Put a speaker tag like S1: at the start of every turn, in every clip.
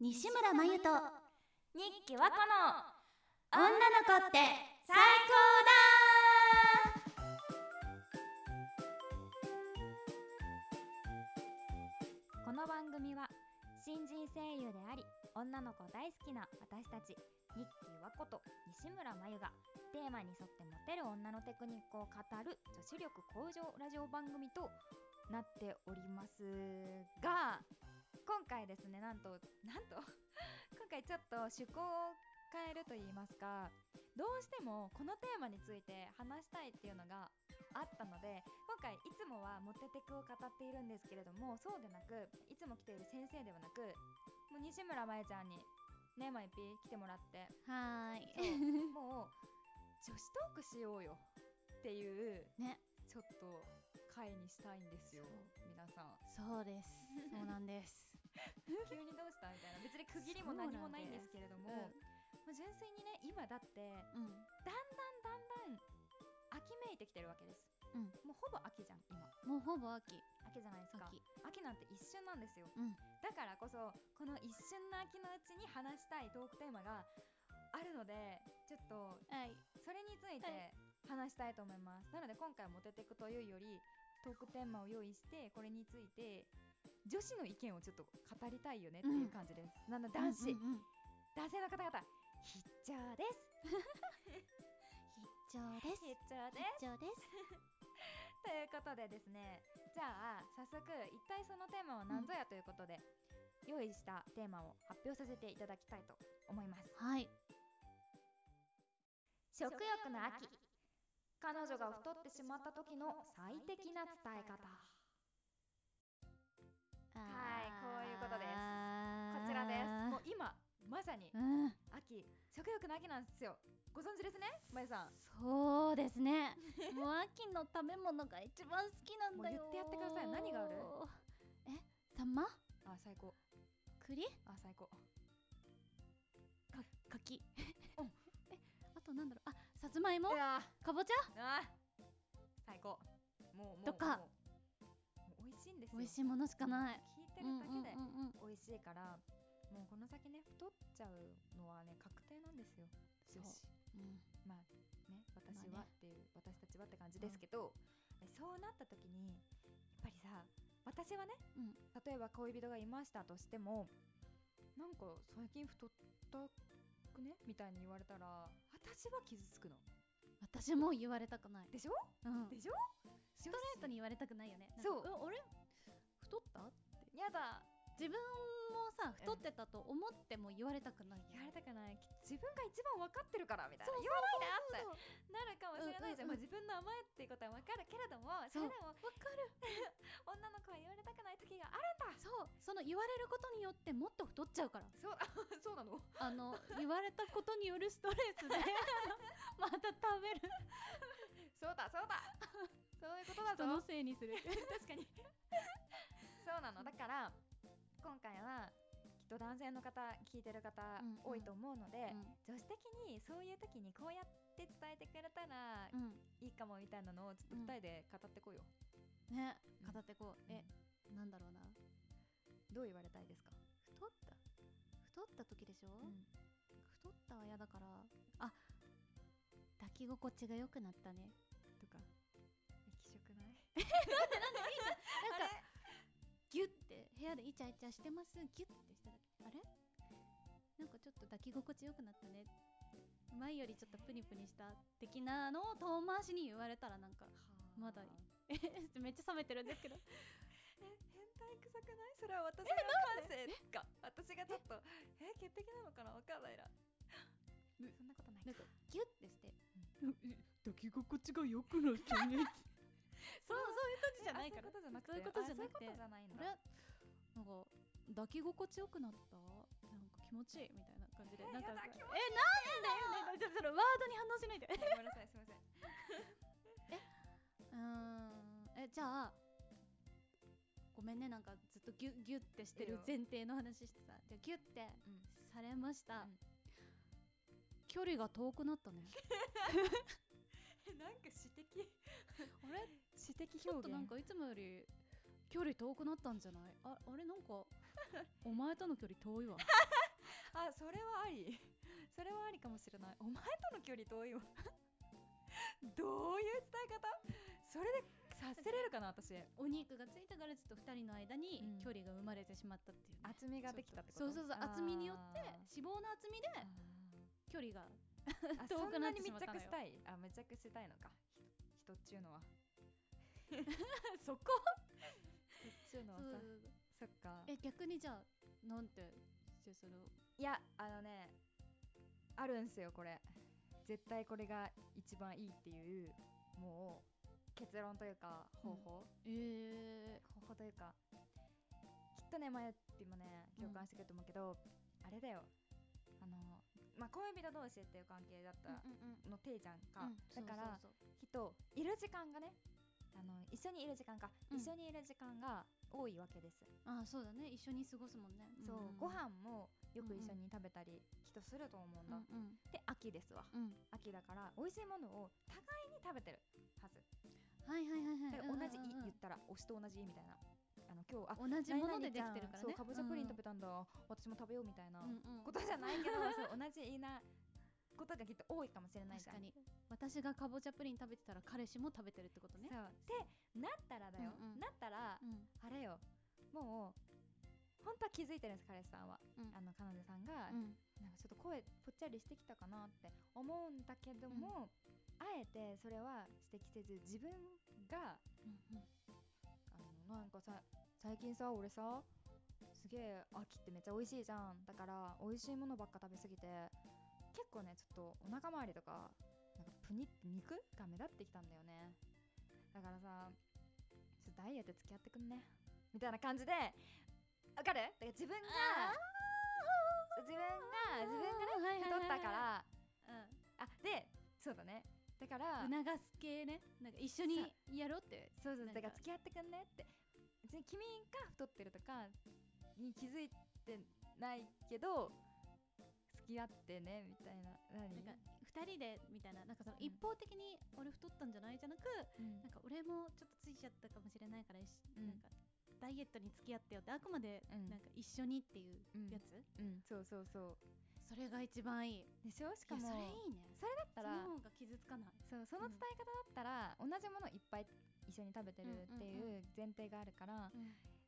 S1: 西村真由と
S2: 日記はこの
S1: 女の子って
S2: 最高だこの番組は新人声優であり女の子大好きな私たち日記和子と西村真由がテーマに沿ってモテる女のテクニックを語る女子力向上ラジオ番組となっておりますが今回ですねなんとなんと 今回ちょっと趣向を変えると言いますかどうしてもこのテーマについて話したいっていうのがあったので今回いつもはモテテクを語っているんですけれどもそうでなくいつも来ている先生ではなくもう西村真由ちゃんにねまゆぴ来てもらって
S1: はー
S2: そう
S1: い
S2: もう女子トークしようよっていう
S1: ね
S2: ちょっと会にしたいんですよ皆 さん
S1: そう ですそうなんです
S2: 急にどうしたみたいな別に区切りも何もないんですけれども、まあ純粋にね今だって
S1: うん
S2: だんだん秋めいてきてるわけです、
S1: うん
S2: もうほぼ秋じゃん今
S1: もうほぼ秋
S2: 秋じゃないですか
S1: 秋
S2: 秋なんて一瞬なんですよ
S1: うん
S2: だからこそこの一瞬の秋のうちに話したいトークテーマがあるのでちょっと
S1: はい
S2: それについ
S1: は
S2: て話したいと思います、なので今回モテテクというよりトークテーマを用意してこれについて女子の意見をちょっと語りたいよねっていう感じです、なので男子、
S1: うんうんうん
S2: 男性の方々必聴です
S1: 必聴です
S2: 必聴です
S1: 必聴です
S2: ということでですねじゃあ早速一体そのテーマは何ぞやということで、用意したテーマを発表させていただきたいと思います
S1: はい
S2: 食欲の秋彼女が太ってしまった時の最適な伝え方はいこういうことですこちらですもう今まさに
S1: うん
S2: 秋食欲の秋なんですよご存知ですねまゆさん
S1: そうです ねもう秋の食べ物が一番好きなんだよ
S2: もう言ってやってください何がある
S1: えさんま
S2: あ最高
S1: 栗
S2: あ最高
S1: か柿 えあとなんだろうあさつまいも
S2: うわ
S1: かぼちゃ
S2: あ最高もうもう
S1: とか
S2: もうもう美味しいんですよ
S1: 美味しいものしかない
S2: 聞いてるだけで
S1: うんうんうんうん
S2: 美味しいから、もうこの先ね太っちゃうのはね確定なんですよ
S1: そう
S2: 女子
S1: うん
S2: まあね私
S1: まあ
S2: は
S1: ね
S2: っていう、私たちはって感じですけど、えそうなった時にやっぱりさ私はね、
S1: うん
S2: 例えば恋人がいましたとしてもなんか最近太ったくねみたいに言われたら私は傷つくの
S1: 私も言われたくない
S2: でしょ
S1: うん
S2: で
S1: ス
S2: しょス
S1: トレートに言われたくないよねなんか
S2: そう
S1: 俺太った
S2: やだ
S1: 自分もさ太ってたと思っても言われたくないよね
S2: やられたくないき自分が一番分かってるからみたいな
S1: そう
S2: 言わないで
S1: そう
S2: ってなるかもしれないじゃん、
S1: うんうんうん
S2: まあ、自分の甘えっていうことは分かるけれどもそ
S1: そう
S2: れでも
S1: わかる
S2: 女の子は言われたくない時があ
S1: そうその言われることによってもっと太っちゃう から
S2: るそうそうなの
S1: あの言われたことによるストレス で また食べる
S2: そうだそうだ そういうことだ
S1: 人の
S2: ぞ
S1: せいにする
S2: 確かにそうなのだから今回はきっと男性の方聞いてる方
S1: うんうん
S2: 多いと思うので、
S1: うん
S2: 女子的にそういう時にこうやって伝えてくれたら
S1: うん
S2: いいかもみたいなのをちょっと
S1: うん
S2: 2人で語ってこいよ、
S1: ね
S2: うん
S1: 語ってこうえなんだろうな
S2: どう言われたいですか、
S1: 太った太った時でしょ、太ったは嫌だからあ抱き心地が良くなったね
S2: とか液色ない
S1: なん
S2: あ
S1: かギュッて部屋でイチャイチャしてますギュッてしただけあれなんかちょっと抱き心地良くなったね前よりちょっとプニプニした的なのを遠回しに言われたらなんか まだいいえめっちゃ冷めてるんですけど
S2: え変態臭くないそれは私の感性か私がちょっとえ潔癖なのかなわかんないな
S1: え
S2: そんなことない
S1: なん
S2: か
S1: かギュッてして
S3: 抱き心地が良くなったね
S1: そうそういう時じゃないか
S2: えあ
S1: ら
S2: そういうことじゃなくて
S1: そういうことじゃなく
S2: あそう
S1: て
S2: いうことじゃないん
S1: あれ
S2: だ
S1: なんか抱き心地よくなったなんか気持ちいいみたいな感じで
S2: え
S1: なんか
S2: やだ
S1: え
S2: 気持ちいい
S1: なんでよねちょっとそれワードに反応しないで
S2: ごめんなさいすいません
S1: うーんえじゃあごめんねなんかずっとギュッギュッてして
S2: いい
S1: る
S2: よ
S1: 前提の話してさじゃあギュッて
S2: うん
S1: されました、
S2: うん
S1: 距離が遠くな ったね
S2: えなんか私的
S1: あれ
S2: 私的
S1: ちょっとなんかいつもより距離遠くなったんじゃないああれなんかお前との距離遠いわ
S2: あそれはあり それはありかもしれないお前との距離遠いわ どういう伝え方それで察せれるかな私
S1: お肉がついたガレッジと2人の間に
S2: うん
S1: 距離が生まれてしまったっていうね、
S2: 厚みができたってこと
S1: そうそうそう厚みによって脂肪の厚みで
S2: あー
S1: 距離が
S2: あ
S1: 遠くなって
S2: そ
S1: し
S2: ん
S1: まった
S2: なに密
S1: の
S2: 着
S1: よ
S2: したいあ密着したいのかひ人っちゅう のは
S1: そこ
S2: 人っちゅうのはさそっか
S1: え逆にじゃあなんてじゃあその
S2: いやあのねあるんすよこれ絶対これが一番いいっていうもう結論というか方法、
S1: え
S2: 方法というかきっとねマヨピもね共感してくれると思うけど、あれだよあのまあ恋人同士っていう関係だった
S1: うんうん
S2: のていちゃん
S1: う
S2: か、
S1: ん
S2: だから
S1: そうそう
S2: きっといる時間がねあの一緒にいる時間か、
S1: うん
S2: 一緒にいる時間が多いわけで
S1: そ
S2: す、
S1: うあそうだね一緒に過ごすもんね
S2: そうんご飯もよ
S1: う
S2: く
S1: んうん
S2: 一緒に食べたりきっとすると思うん
S1: うん
S2: だ、
S1: うん
S2: で秋ですわ
S1: うん
S2: 秋だから美味しいものを互いに食べてるはず
S1: はいはいはいはい
S2: だから同
S1: う
S2: じ、
S1: んうんうん
S2: 言ったら推しと同じみたいなあの今日あ
S1: 同じものでできてるからね
S2: そうかぼちゃプリン食
S1: べ
S2: べたんだ、私も食べようみたい
S1: う
S2: な
S1: んうん
S2: ことじゃない けど、そう同じなことがきっと多いかもしれないじ
S1: 確
S2: ゃん
S1: かに私がかぼちゃプリン食べてたら彼氏も食べてるってことね
S2: そうでなったらだよ、
S1: うんうん
S2: なったら、
S1: うん
S2: あれよもう本当は気づいてるんです彼氏さんは、
S1: うん
S2: あの彼女さんが、
S1: うん
S2: なんかちょっと声ぽっちゃりしてきたかなって思うんだけども、あえてそれは指摘せず自分が
S1: うんうん
S2: あのなんかさ最近さ俺さすげえ秋ってめっちゃ美味しいじゃんだから美味しいものばっか食べ過ぎて結構ねちょっとお腹周りとかなんかプニって肉が目立ってきたんだよねだからさちょっとダイエット付き合ってくんねみたいな感じでわかるだから自分が自分が自分がね
S1: ね
S2: 太ったから
S1: うん
S2: あでそうだねだから
S1: 促す系ねなんか一緒に
S2: さ
S1: やろうって
S2: そうそう
S1: なん
S2: だ
S1: か
S2: から付き合ってくんねって別に君が太ってるとかに気づいてないけど付き合ってねみたいな何
S1: なんか二人でみたいななんかその
S2: うん
S1: 一方的に俺太ったんじゃないじゃなく
S2: うん
S1: なんか俺もちょっとついちゃったかもしれないから、いし
S2: うん
S1: なんかダイエットに付き合ってよってあくまで
S2: うん
S1: なんか一緒にっていう
S2: うん
S1: やつ、
S2: うんそうそうそう
S1: それが一番いいい
S2: でしょしか
S1: や
S2: も
S1: それいいね
S2: それだった
S1: そ
S2: ら
S1: の方が傷つかない
S2: そうその伝え方だったら、同じものいっぱい一緒に食べてるって
S1: ん
S2: い
S1: うん
S2: うう前提があるから、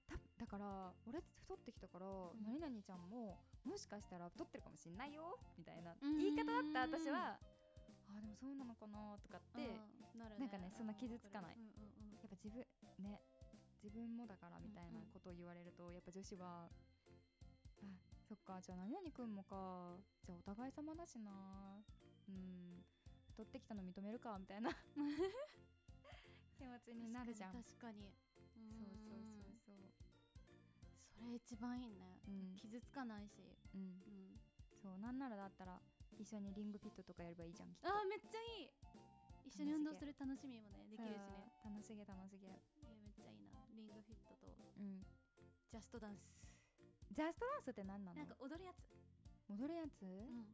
S2: ただから俺太ってきたから、
S1: ん
S2: 何々ちゃんももしかしたら太ってるかもしんないよみたいな
S1: うん
S2: 言い方だったら私はあでもそうなのかなとかってやっ
S1: うんなる
S2: なんかねそんな傷つかない
S1: うんうんうん
S2: ぱ自分ね自分もだからみたいな
S1: うんうん
S2: ことを言われるとやっぱ女子はあそっかじゃあ何々くんもかじゃあお互い様だしなうん太ってきたの認めるか みたいな気持ちになるじゃんそう
S1: 確かに
S2: そうそう
S1: うん
S2: そう
S1: それ一番いいね、
S2: うん
S1: 傷つかないし、
S2: うん
S1: うん、
S2: そうなんならだったら一緒にリングフィットとかやればいいじゃんきっと
S1: あーめっちゃいい一緒に運動する楽しみもねできるしね
S2: そう楽しげ楽し
S1: い
S2: げ
S1: やめっちゃいいなリングフィットと
S2: うん
S1: ジャストダンス
S2: ジャストダンスって何なの
S1: なんか踊るやつ、
S2: 踊るやつ、
S1: う
S2: っ
S1: ん、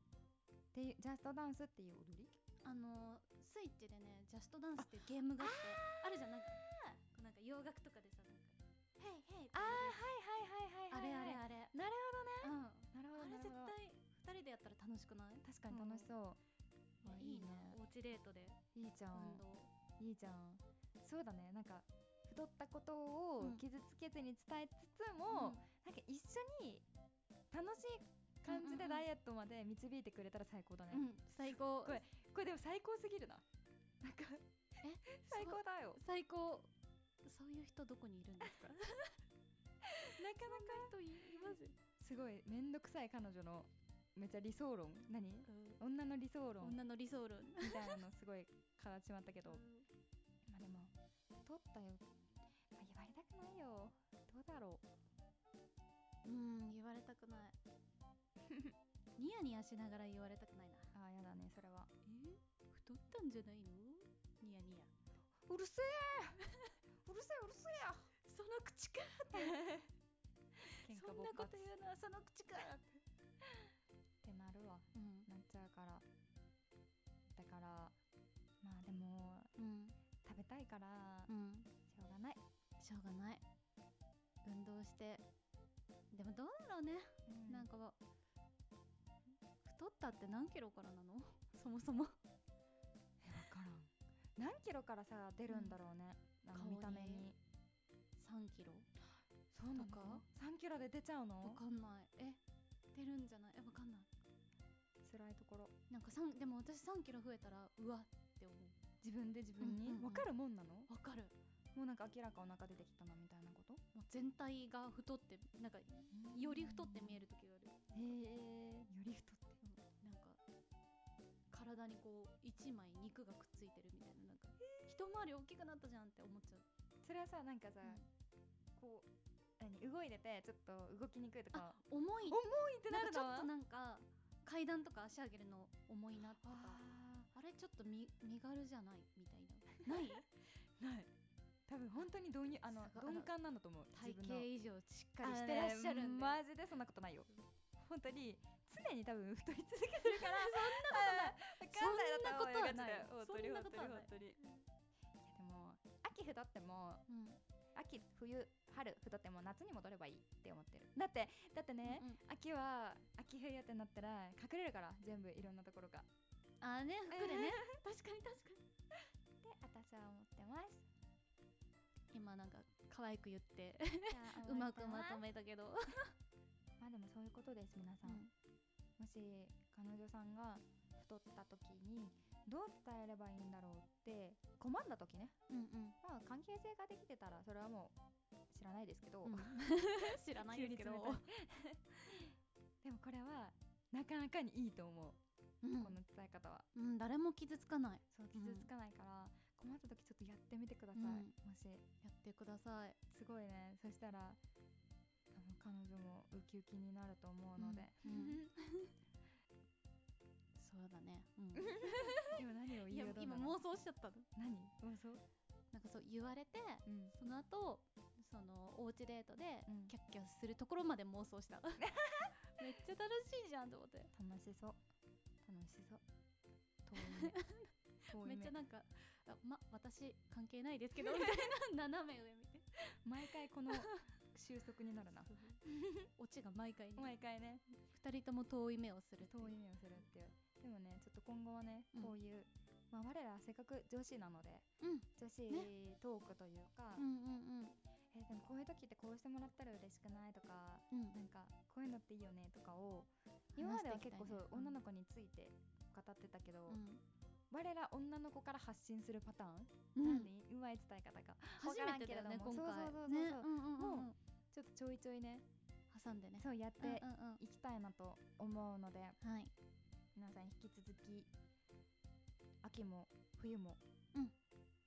S2: ていうジャストダンスっていう踊り
S1: あのースイッチでねジャストダンスっていうゲームがあってあるじゃんなんかこうなんか洋楽とかでさなんか「ヘイヘイ」あ
S2: あはいはい
S1: れあれ
S2: あれ
S1: あれ
S2: なる
S1: ほどね、
S2: なる
S1: うん、
S2: ほ
S1: あれ絶
S2: どなるほど
S1: 対二人でやったら楽しくない
S2: 確かに楽しそう、あ
S1: いい
S2: いいね
S1: ねおうちデートで
S2: いいじゃん
S1: 運動
S2: いいじゃんそうだねなんか太ったことを
S1: うん
S2: 傷つけずに伝えつつ
S1: う
S2: も、
S1: ん
S2: なんか一緒に楽しい感
S1: うんうんう
S2: じで
S1: ん
S2: ダイエットまで導いてくれたら最高だね、
S1: うん、最高
S2: これこれでも最高すぎるななんか
S1: え
S2: 最高だよ
S1: 最高そういう 人どこにいるんですかなかなか人います、
S2: すごい面倒くさい彼女のめっちゃ理想論何女の理想論
S1: 女の理想論
S2: みたいなのすごいからちまったけどまあでも太ったよ、まあ、言われたくないよどうだろう
S1: うん言われたくない ニヤニヤしながら言われたくないな
S2: ああやだねそれは
S1: え太ったんじゃないのニヤニヤ
S2: うるせえうるせえうるせえ
S1: その口か
S2: 喧
S1: そ
S2: 嘩
S1: ん
S2: 勃
S1: なこ
S2: 発っ
S1: と言うのはその口か
S2: てなるわ
S1: うん
S2: なっちゃうからだからまあでも
S1: うん
S2: 食べたいから
S1: うん
S2: しょうがない
S1: しょうがない運動してでもどうだろうね、
S2: うん
S1: なんかは太ったって何キロからなの そもそも
S2: えわからん何キロからさ出るんだろうね、あの
S1: 顔に
S2: 見た目に
S1: 3キロ
S2: そうなの
S1: とか
S2: 3キロで出ちゃう
S1: わ
S2: の
S1: かんないえ出るんじゃないえわかんない
S2: 辛いところ
S1: なんか3でも私3キロ増えたらうわって思う
S2: 自分で自分に、
S1: うんうんうん
S2: わかるもんなのも
S1: わかる
S2: うなんか明らかお腹出てきたなみたいなこと
S1: もう全体が太ってなんかより太って見える時がある
S2: へえより太って
S1: なんか体にこう1枚肉がくっついてるみたいななんか一回り大きくなったじゃんって思っちゃう
S2: それはさなんかさ、
S1: うん
S2: こう何動いててちょっと動きにくいとか
S1: 重い
S2: 重いってな
S1: なん
S2: る
S1: かち
S2: の
S1: ょっ
S2: は
S1: となんか階段とか足上げるの重いなとか
S2: あ
S1: あれちょっとみ身軽じゃないみたいな ない
S2: ーない多分本当に導入あの
S1: すごい
S2: 鈍感なんだと思う
S1: 体
S2: 自分
S1: 型
S2: の
S1: 以上しっかりしてらっしゃるんで、
S2: あのねマジでそんなことないよ本当に常に多分太り続けてるからそんなことないわかんないだと思うよ
S1: そんなことはない
S2: ガチで本当に本当に本当にいやでも秋太っても
S1: うん
S2: 秋冬春太っても夏に戻ればいいって思ってるだってだってね、
S1: うんうん
S2: 秋は秋冬ってなったら隠れるから全部いろんなところがって
S1: あーね服でね確かに確かに
S2: 私は思って ます
S1: 今なんか可愛く言って
S2: じゃあ
S1: うまくまと
S2: 終わり
S1: めたけど、
S2: ますまあでもそういうことです皆さん、もし彼女さんが太った時にどう伝えればいいんだろうって困んだ時ね、
S1: うんうん
S2: まあ、関係性ができてたらそれはもう知らないですけど、
S1: うん 知らないです けど、
S2: 急に冷たい でもこれはなかなかにいいと思う、
S1: うん
S2: この伝え方は
S1: うん、誰も傷つかない
S2: そう傷つかないから、困った時ちょっとやってみてください、
S1: うん
S2: もし
S1: やってください
S2: すごいねそしたら多分彼女もウキウキになると思うので、
S1: うんうそうだね、うん、
S2: 今何を
S1: いや
S2: 言うよう
S1: 今
S2: な
S1: 妄想しちゃったの
S2: 何妄想
S1: なんかそう言われて
S2: うん
S1: その後そのおうちデートで
S2: うん
S1: キャッキャするところまで妄想 しためっちゃ楽しいじゃんと思って
S2: 楽しそう楽しそう遠い
S1: め
S2: 目遠い目
S1: っちゃなんかあま私関係ないですけどみたいな 斜め上見て
S2: 毎 回この収束になるな
S1: オチが毎回ね
S2: 毎回ね
S1: 二人とも遠い目をするって
S2: 遠
S1: いう
S2: い目をするっていうでもねちょっと今後はね
S1: うん
S2: こういう、まあ我らせっかく女子なので
S1: うん
S2: 女子トークというか、
S1: うんうん
S2: えでもこういう時ってこうしてもらったら嬉しくないとか
S1: うん
S2: なんかこういうのっていいよねとかを
S1: うん
S2: 今まで
S1: 話
S2: は
S1: してい
S2: 結
S1: きたいね
S2: 構そう、女の子について語ってたけど、
S1: う
S2: 我ら女の子から発信するパターン、
S1: ん
S2: な
S1: うん
S2: んでうまい伝え方が
S1: 初めてだよね
S2: わ
S1: 今
S2: か
S1: 回
S2: らんけれどもそうそうそうそう
S1: ねうんうんうんうん
S2: もちょっとちょいちょいね
S1: 挟んでね
S2: そうやって
S1: うんうん
S2: いきたいなと思うので、
S1: うんはい
S2: 皆さん引き続き秋も冬も、
S1: うん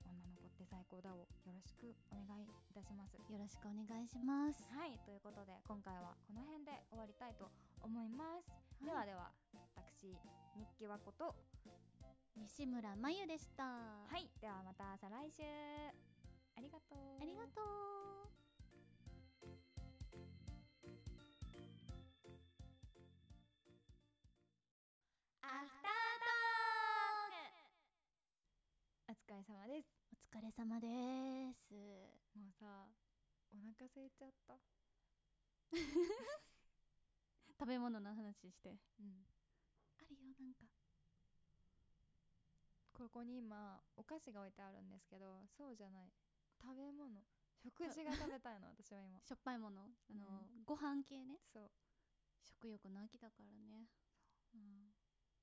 S2: 女の子って最高だをよろしくお願いいたします。
S1: よろしくお願いします
S2: はいということで今回はこの辺で終わりたいと思います。ではでは私日記はこと
S1: 西村まゆでしたは
S2: はいではまた再来週ありがとう
S1: ありがとう
S4: アフタートーク
S2: お疲れ様で
S1: お
S2: す
S1: 疲れ様です。
S2: もうさお腹空いちゃった
S1: 食べ物の話して。
S2: うん
S1: あるよ、なんか。
S2: ここに今お菓子が置いてあるんですけどそうじゃない食べ物食事が食べ たいの私は今
S1: しょっぱいもの、あの、ご飯系ね。
S2: そう
S1: 食欲の秋だからね。うん。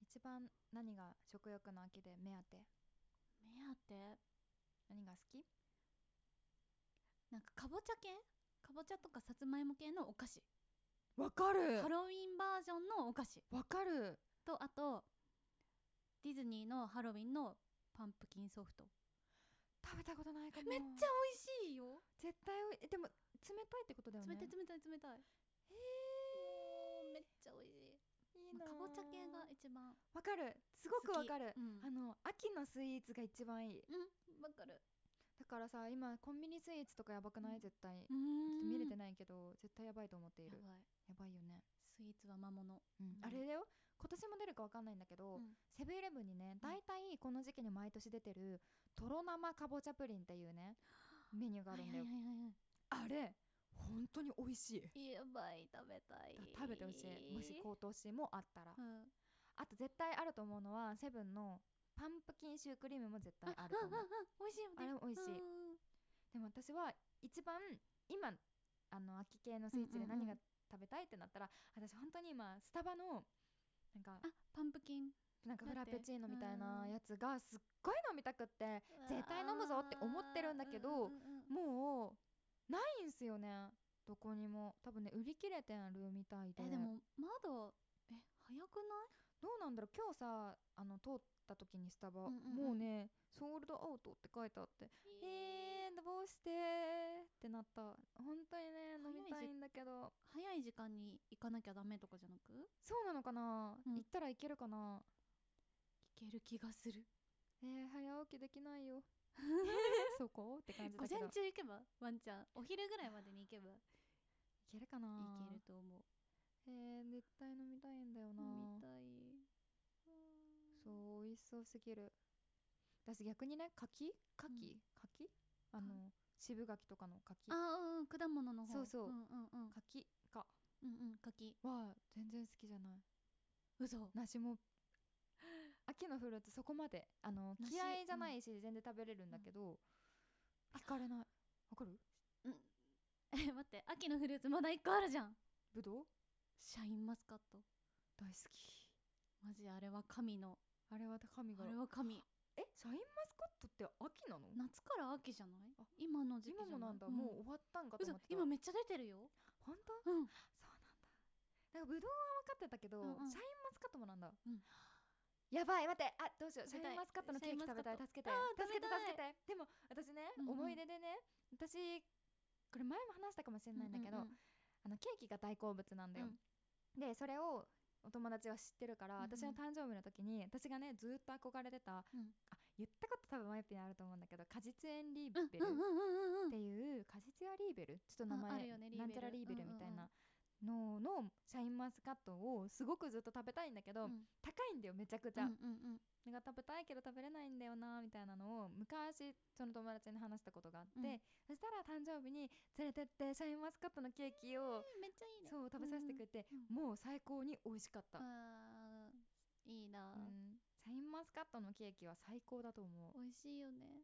S2: 一番何が食欲の秋で目当て
S1: 目当て、
S2: 何が好き
S1: なんかかぼちゃ系かぼちゃとかさつまいも系のお菓子。
S2: わかる
S1: ハロウィンバージョンのお菓子。
S2: わかる
S1: と、あと、ディズニーのハロウィンのパンプキンソフト。
S2: 食べたことないかも
S1: めっちゃ美味しいよ。
S2: 絶対おいえでも冷たいってことだよね
S1: 冷たい冷たい冷たい。もうめっちゃ美味しい。
S2: いい
S1: まあ
S2: なあ
S1: かぼちゃ系が一番
S2: わかるすごくわかる
S1: 好きうん
S2: あの秋のスイーツが一番いい
S1: うん、わかる。
S2: だからさ今コンビニスイーツとかやばくな
S1: う
S2: い
S1: ん
S2: 絶対
S1: う
S2: ちょっと
S1: ん
S2: 見れてないけど絶対やばいと思ってい
S1: や
S2: る
S1: ばい。
S2: やばいよね
S1: スイーツは魔物。うん
S2: あれだよ今年も出るかわかんないんだけど、
S1: うん
S2: セブンイレブンにね大体この時期に毎年出てるとろ生かぼちゃプリンっていうねメニューがあるんだよ、
S1: はいはいはいはい
S2: あれ
S3: 本当に美味しい
S1: やばい食べたい
S3: だ食べてほしいもし高騰しもあったら
S1: うん
S2: あと絶対あると思うのはセブンのパンプキンシュークリームも絶対
S1: あ
S2: あ
S1: あ
S2: ると思う
S1: 美味しいよね
S2: あれも美味しいでも私は一番今あの秋系のスイーツで
S1: うんうんうん
S2: 何が食べたいってなったら、私本当に今スタバのなんか
S1: あパンプキン
S2: なんか
S1: だ
S2: フ
S1: っ
S2: ラ
S1: て
S2: ペチーノみたいな
S1: うん
S2: やつがすっごい飲みたくって絶対飲むぞって思ってるんだけ
S1: うわーう
S2: ど
S1: んうんうんうん
S2: もうないんすよねどこにも多分ね売り切れてあるみたいで
S1: えでもまだえ早くない
S2: どうなんだろう今日さあの通った時にスタバ、
S1: うんうんうん
S2: もうねソールドアウトって書いてあってえー、どうしてーってなった本当にね飲みたいんだけど
S1: 早い時間に行かなきゃダメとかじゃなく
S2: そうなのかな、
S1: うん
S2: 行ったらいけるかな
S1: 行ける気がする
S2: えー、早起きできない よそこって感じ
S1: 午
S2: だけ
S1: 前
S2: どい
S1: 中行けばワンちゃんお昼ぐらいまでに行けば行
S2: けるかな
S1: けると思う
S2: えー、絶対飲みたいんだよな
S1: 飲みたい
S2: そう美味しそうすぎる私逆にね柿柿、
S1: うん
S2: 柿あの渋柿とかの柿
S1: あーうん果物の方
S2: そうそう
S1: うんうんうん
S2: 柿か
S1: うんうん柿
S2: は全然好きじゃない
S1: 嘘
S2: 梨も秋のフルーツそこまであの
S1: 梨
S2: 嫌いじゃないし全然食べれるんだけど惹かれないわかる
S1: え待って秋のフルーツまだ一個あるじゃん
S2: ぶどう
S1: シャインマスカット
S2: 大好き
S1: マジあれは神の
S2: あれは神が
S1: あれは神
S2: えシャインマスカットって秋なの
S1: 夏から秋じゃない
S2: あ
S1: 今の時期じゃ
S2: 今
S1: ない
S2: もなんだ、
S1: ん
S2: もう終わったんかと
S1: 嘘
S2: 思ってた
S1: 今めっちゃ出てるよ
S2: 本当
S1: うん
S2: そうなんだなんかぶどうは分かってたけど、
S1: うんうん
S2: シャインマスカットもなん
S1: う
S2: だ、
S1: ん
S2: やばい待ってあどうしようシ
S1: 食べたい
S2: ャインマスカットのケーキ食べたい
S1: シャインマスカットあー食べ
S2: 助けて助けて助けてでも私ね、
S1: うんうん
S2: 思い出でね私これ前も話したかもしれないんだけど、
S1: うう
S2: あのケーキが大好物なんだよ、でそれをお友達は知ってるか
S1: うんうん
S2: ら、私の誕生日の時に私がねずーっと憧れて
S1: う
S2: た、
S1: ん
S2: あ言ったこと多分マイピにあると思うんだけど果実園リー
S1: うん
S2: ベル
S1: うんうんうんうん
S2: っていう果実屋リーベルちょっと名
S1: ああ
S2: 前、
S1: るよねリーベル
S2: なんちゃらリーベルみたいなののシャインマスカットをすごくずっと食べたいんだけど、
S1: うん
S2: 高いんだよめちゃくちゃ、
S1: うんうん
S2: なんか食べたいけど食べれないんだよなみたいなのを昔その友達に話したことがあっ
S1: う
S2: て、
S1: ん
S2: そしたら誕生日に連れてってシャインマスカットのケーキを、
S1: うんめっちゃいいね
S2: そう食べさせてくれて、
S1: うん
S2: もう最高に美味しかった、
S1: あーいいな
S2: うんシャインマスカットのケーキは最高だと思う
S1: 美味しいよね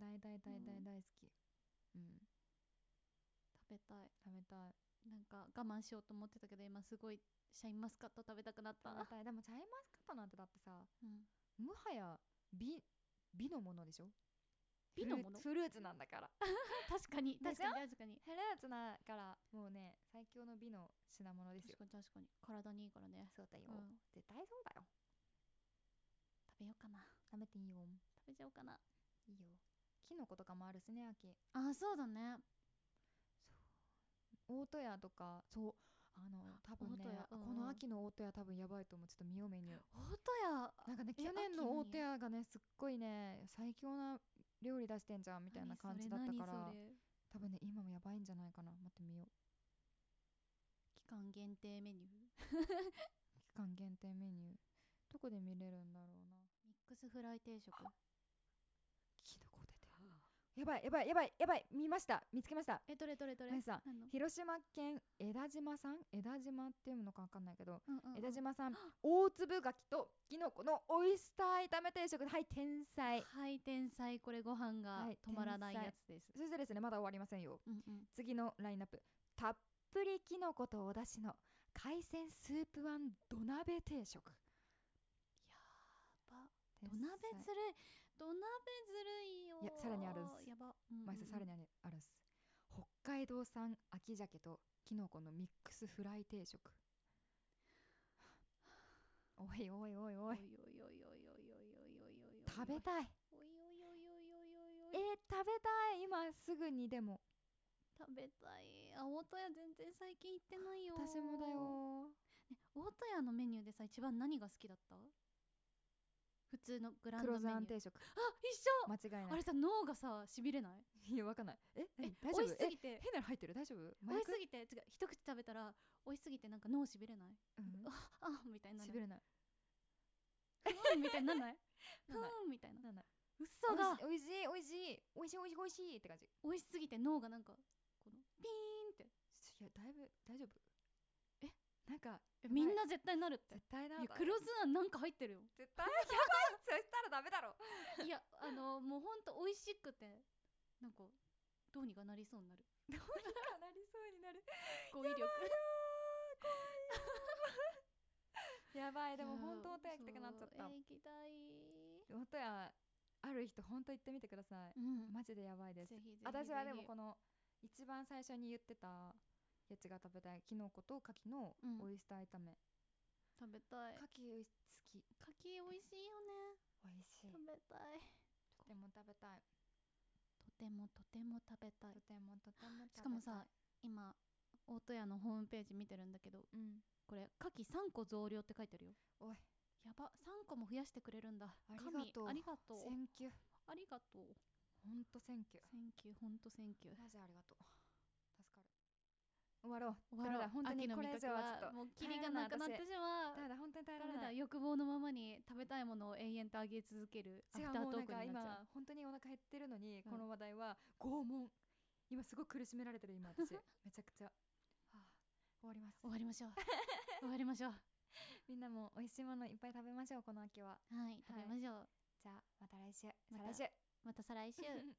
S2: 大大大大大好きうん、
S1: 食べたい
S2: 食べたい
S1: なんか我慢しようと思ってたけど今すごいシャインマスカット食べたくなった
S2: 食べたいでもシャインマスカットなんてだってさ
S1: うん
S2: もはや美美のものでしょ
S1: 美のもの
S2: フルーツフルーツなんだから
S1: 確かに
S2: で
S1: 確
S2: しょ
S1: かに確かに
S2: フルーツだからもうね最強の美の品物ですよ
S1: 確かに確かに体にいいからね
S2: そうだよ
S1: うん
S2: 絶対そうだよ
S1: 食べようかな
S2: 食べていいよ
S1: 食べちゃおうかない
S2: いよキノコとかもあるしね秋
S1: あーそうだね
S2: 大戸屋とかそうあの多分ね
S1: 大戸屋
S2: こ
S1: うん
S2: の秋の大戸屋多分やばいと思うちょっと見ようメニュー
S1: ほんとや
S2: なんかね
S1: え
S2: 去年の大
S1: 秋
S2: 戸屋がねすっごいね最強な料理出してんじゃんみたいな感じだった
S1: 何そ
S2: から
S1: れ何それ
S2: 多分ね今もやばいんじゃないかな待ってみよう
S1: 期間限定メニュー
S2: 期間限定メニューどこで見れるんだろうな
S1: ミックスフライ定食
S2: キノコ出てるやばいやばいやばいやばい見ました見つけました
S1: えどれどれどれ
S2: 何さ
S1: 何の
S2: 広島県江田島さん江田島って読むのかわかんないけど、
S1: うんうんうん
S2: 江田島さん大粒柿とキノコのオイスター炒め定食はい天才
S1: はい天才これご飯が
S2: はい
S1: 止まらない
S2: 天才
S1: やつです、
S2: そしてですねまだ終わりませんよ
S1: うんうん
S2: 次のラインナップたっぷりキノコとお出汁の海鮮スープあん土鍋定食
S1: やば土鍋ずるい土鍋ずるいよ
S2: いやさらにあるんす
S1: やば、うんうん
S2: 毎週さらにあれあるんす北海道産秋鮭とキノコのミックスフライ定食
S1: おいおいおいおいおいおいおいおいおいお
S2: おいおいおいおい
S1: い
S2: 食べたい
S1: おいおいおいおいおいおいお
S2: え
S1: い
S2: ー、食べたい今すぐにでも
S1: 食べたいあ大戸屋全然最近行ってないよ
S2: 私もだ
S1: ね
S2: よ
S1: 大戸屋のメニューでさ一番何が好きだった普通のグランドメニュ
S2: 黒
S1: ー
S2: 酢あ
S1: あ一
S2: ん定食間違
S1: 緒
S2: いな
S1: あれ
S2: い
S1: さ脳がさしびれない
S2: いやわかんないえ
S1: え
S2: 何大丈
S1: 美味し
S2: 夫
S1: す
S2: え
S1: ぎて
S2: 変なの入ってる大丈夫
S1: 美
S2: マイ
S1: 味し
S2: ク
S1: すぎて違う一口食べたら美味しすぎてなんか脳しびれないあみたいにな
S2: し
S1: る
S2: びれない
S1: ふーんみたいになんないふ
S2: なんない
S1: ーんみたいな
S2: なんない
S1: 嘘が
S2: おいしいおいしいおいしいおいしいおいしいって感じ
S1: 美味しすぎて脳がなんかこのピーンって
S2: いやだいぶ大丈夫えなんか
S1: えみんな絶対なるって
S2: 絶対ないん
S1: や
S2: だ
S1: 黒酢あんなんか入ってるよ
S2: 絶対やばい そしたらダメだろ
S1: いやあのもうほんと美味しくてなんかどうにかなりそうになる
S2: かなりそうになる
S1: 語彙力
S2: やばいでも
S1: いや
S2: 本当音や行きたくなっちゃっ
S1: そ
S2: た
S1: うえー行きたい
S2: 音やある人本当行ってみてください
S1: うん
S2: マジでやばいです
S1: ぜひぜひ
S2: 私はでも
S1: ぜひ
S2: この一番最初に言ってたやつが食べたいきのこと牡蠣の
S1: うん
S2: オイスター炒め
S1: 食べたい
S2: 牡蠣好き
S1: かき美味しいよね
S2: 美味しい
S1: 食べたい
S2: とても食べたい
S1: とてもとても食べたい
S2: とてもとても
S1: し
S2: 食べたい
S1: かもさ今大戸屋のホームページ見てるんだけど
S2: うん
S1: これ牡蠣3個増量って書いてるよ
S2: おい
S1: やば3個も増やしてくれるんだ
S2: ありがとう
S1: 神ありがとう
S2: センキュー
S1: ありがとう
S2: ほんとセンキュー
S1: センキューほんとセンキュー
S2: マジありがとう助かる終わろう
S1: 終わろう
S2: ダメだ本当
S1: 秋
S2: に
S1: の
S2: こ
S1: 味
S2: れ以
S1: 覚
S2: 上はち
S1: は
S2: ょっと
S1: もうキリがなくなってしまう
S2: ダメだ本当に耐えら
S1: ダ
S2: れ
S1: メだ
S2: ない
S1: 欲望のままに食べたいものを永遠とあげ続けるア
S2: 違
S1: フター
S2: うもう
S1: トーク
S2: なんか
S1: になっちゃ
S2: 今本当にお腹減ってるのに、
S1: うん
S2: この話題は拷問今すごく苦しめられてる今 私めちゃくちゃ、はあ、終わります
S1: う終わりま しょう終わりましょう
S2: みんなも美味しいものいっぱい食べましょうこの秋は
S1: はい食べましょう
S2: じゃあまた来週
S1: ま
S2: 再
S1: た
S2: 来週
S1: また再来週
S2: うん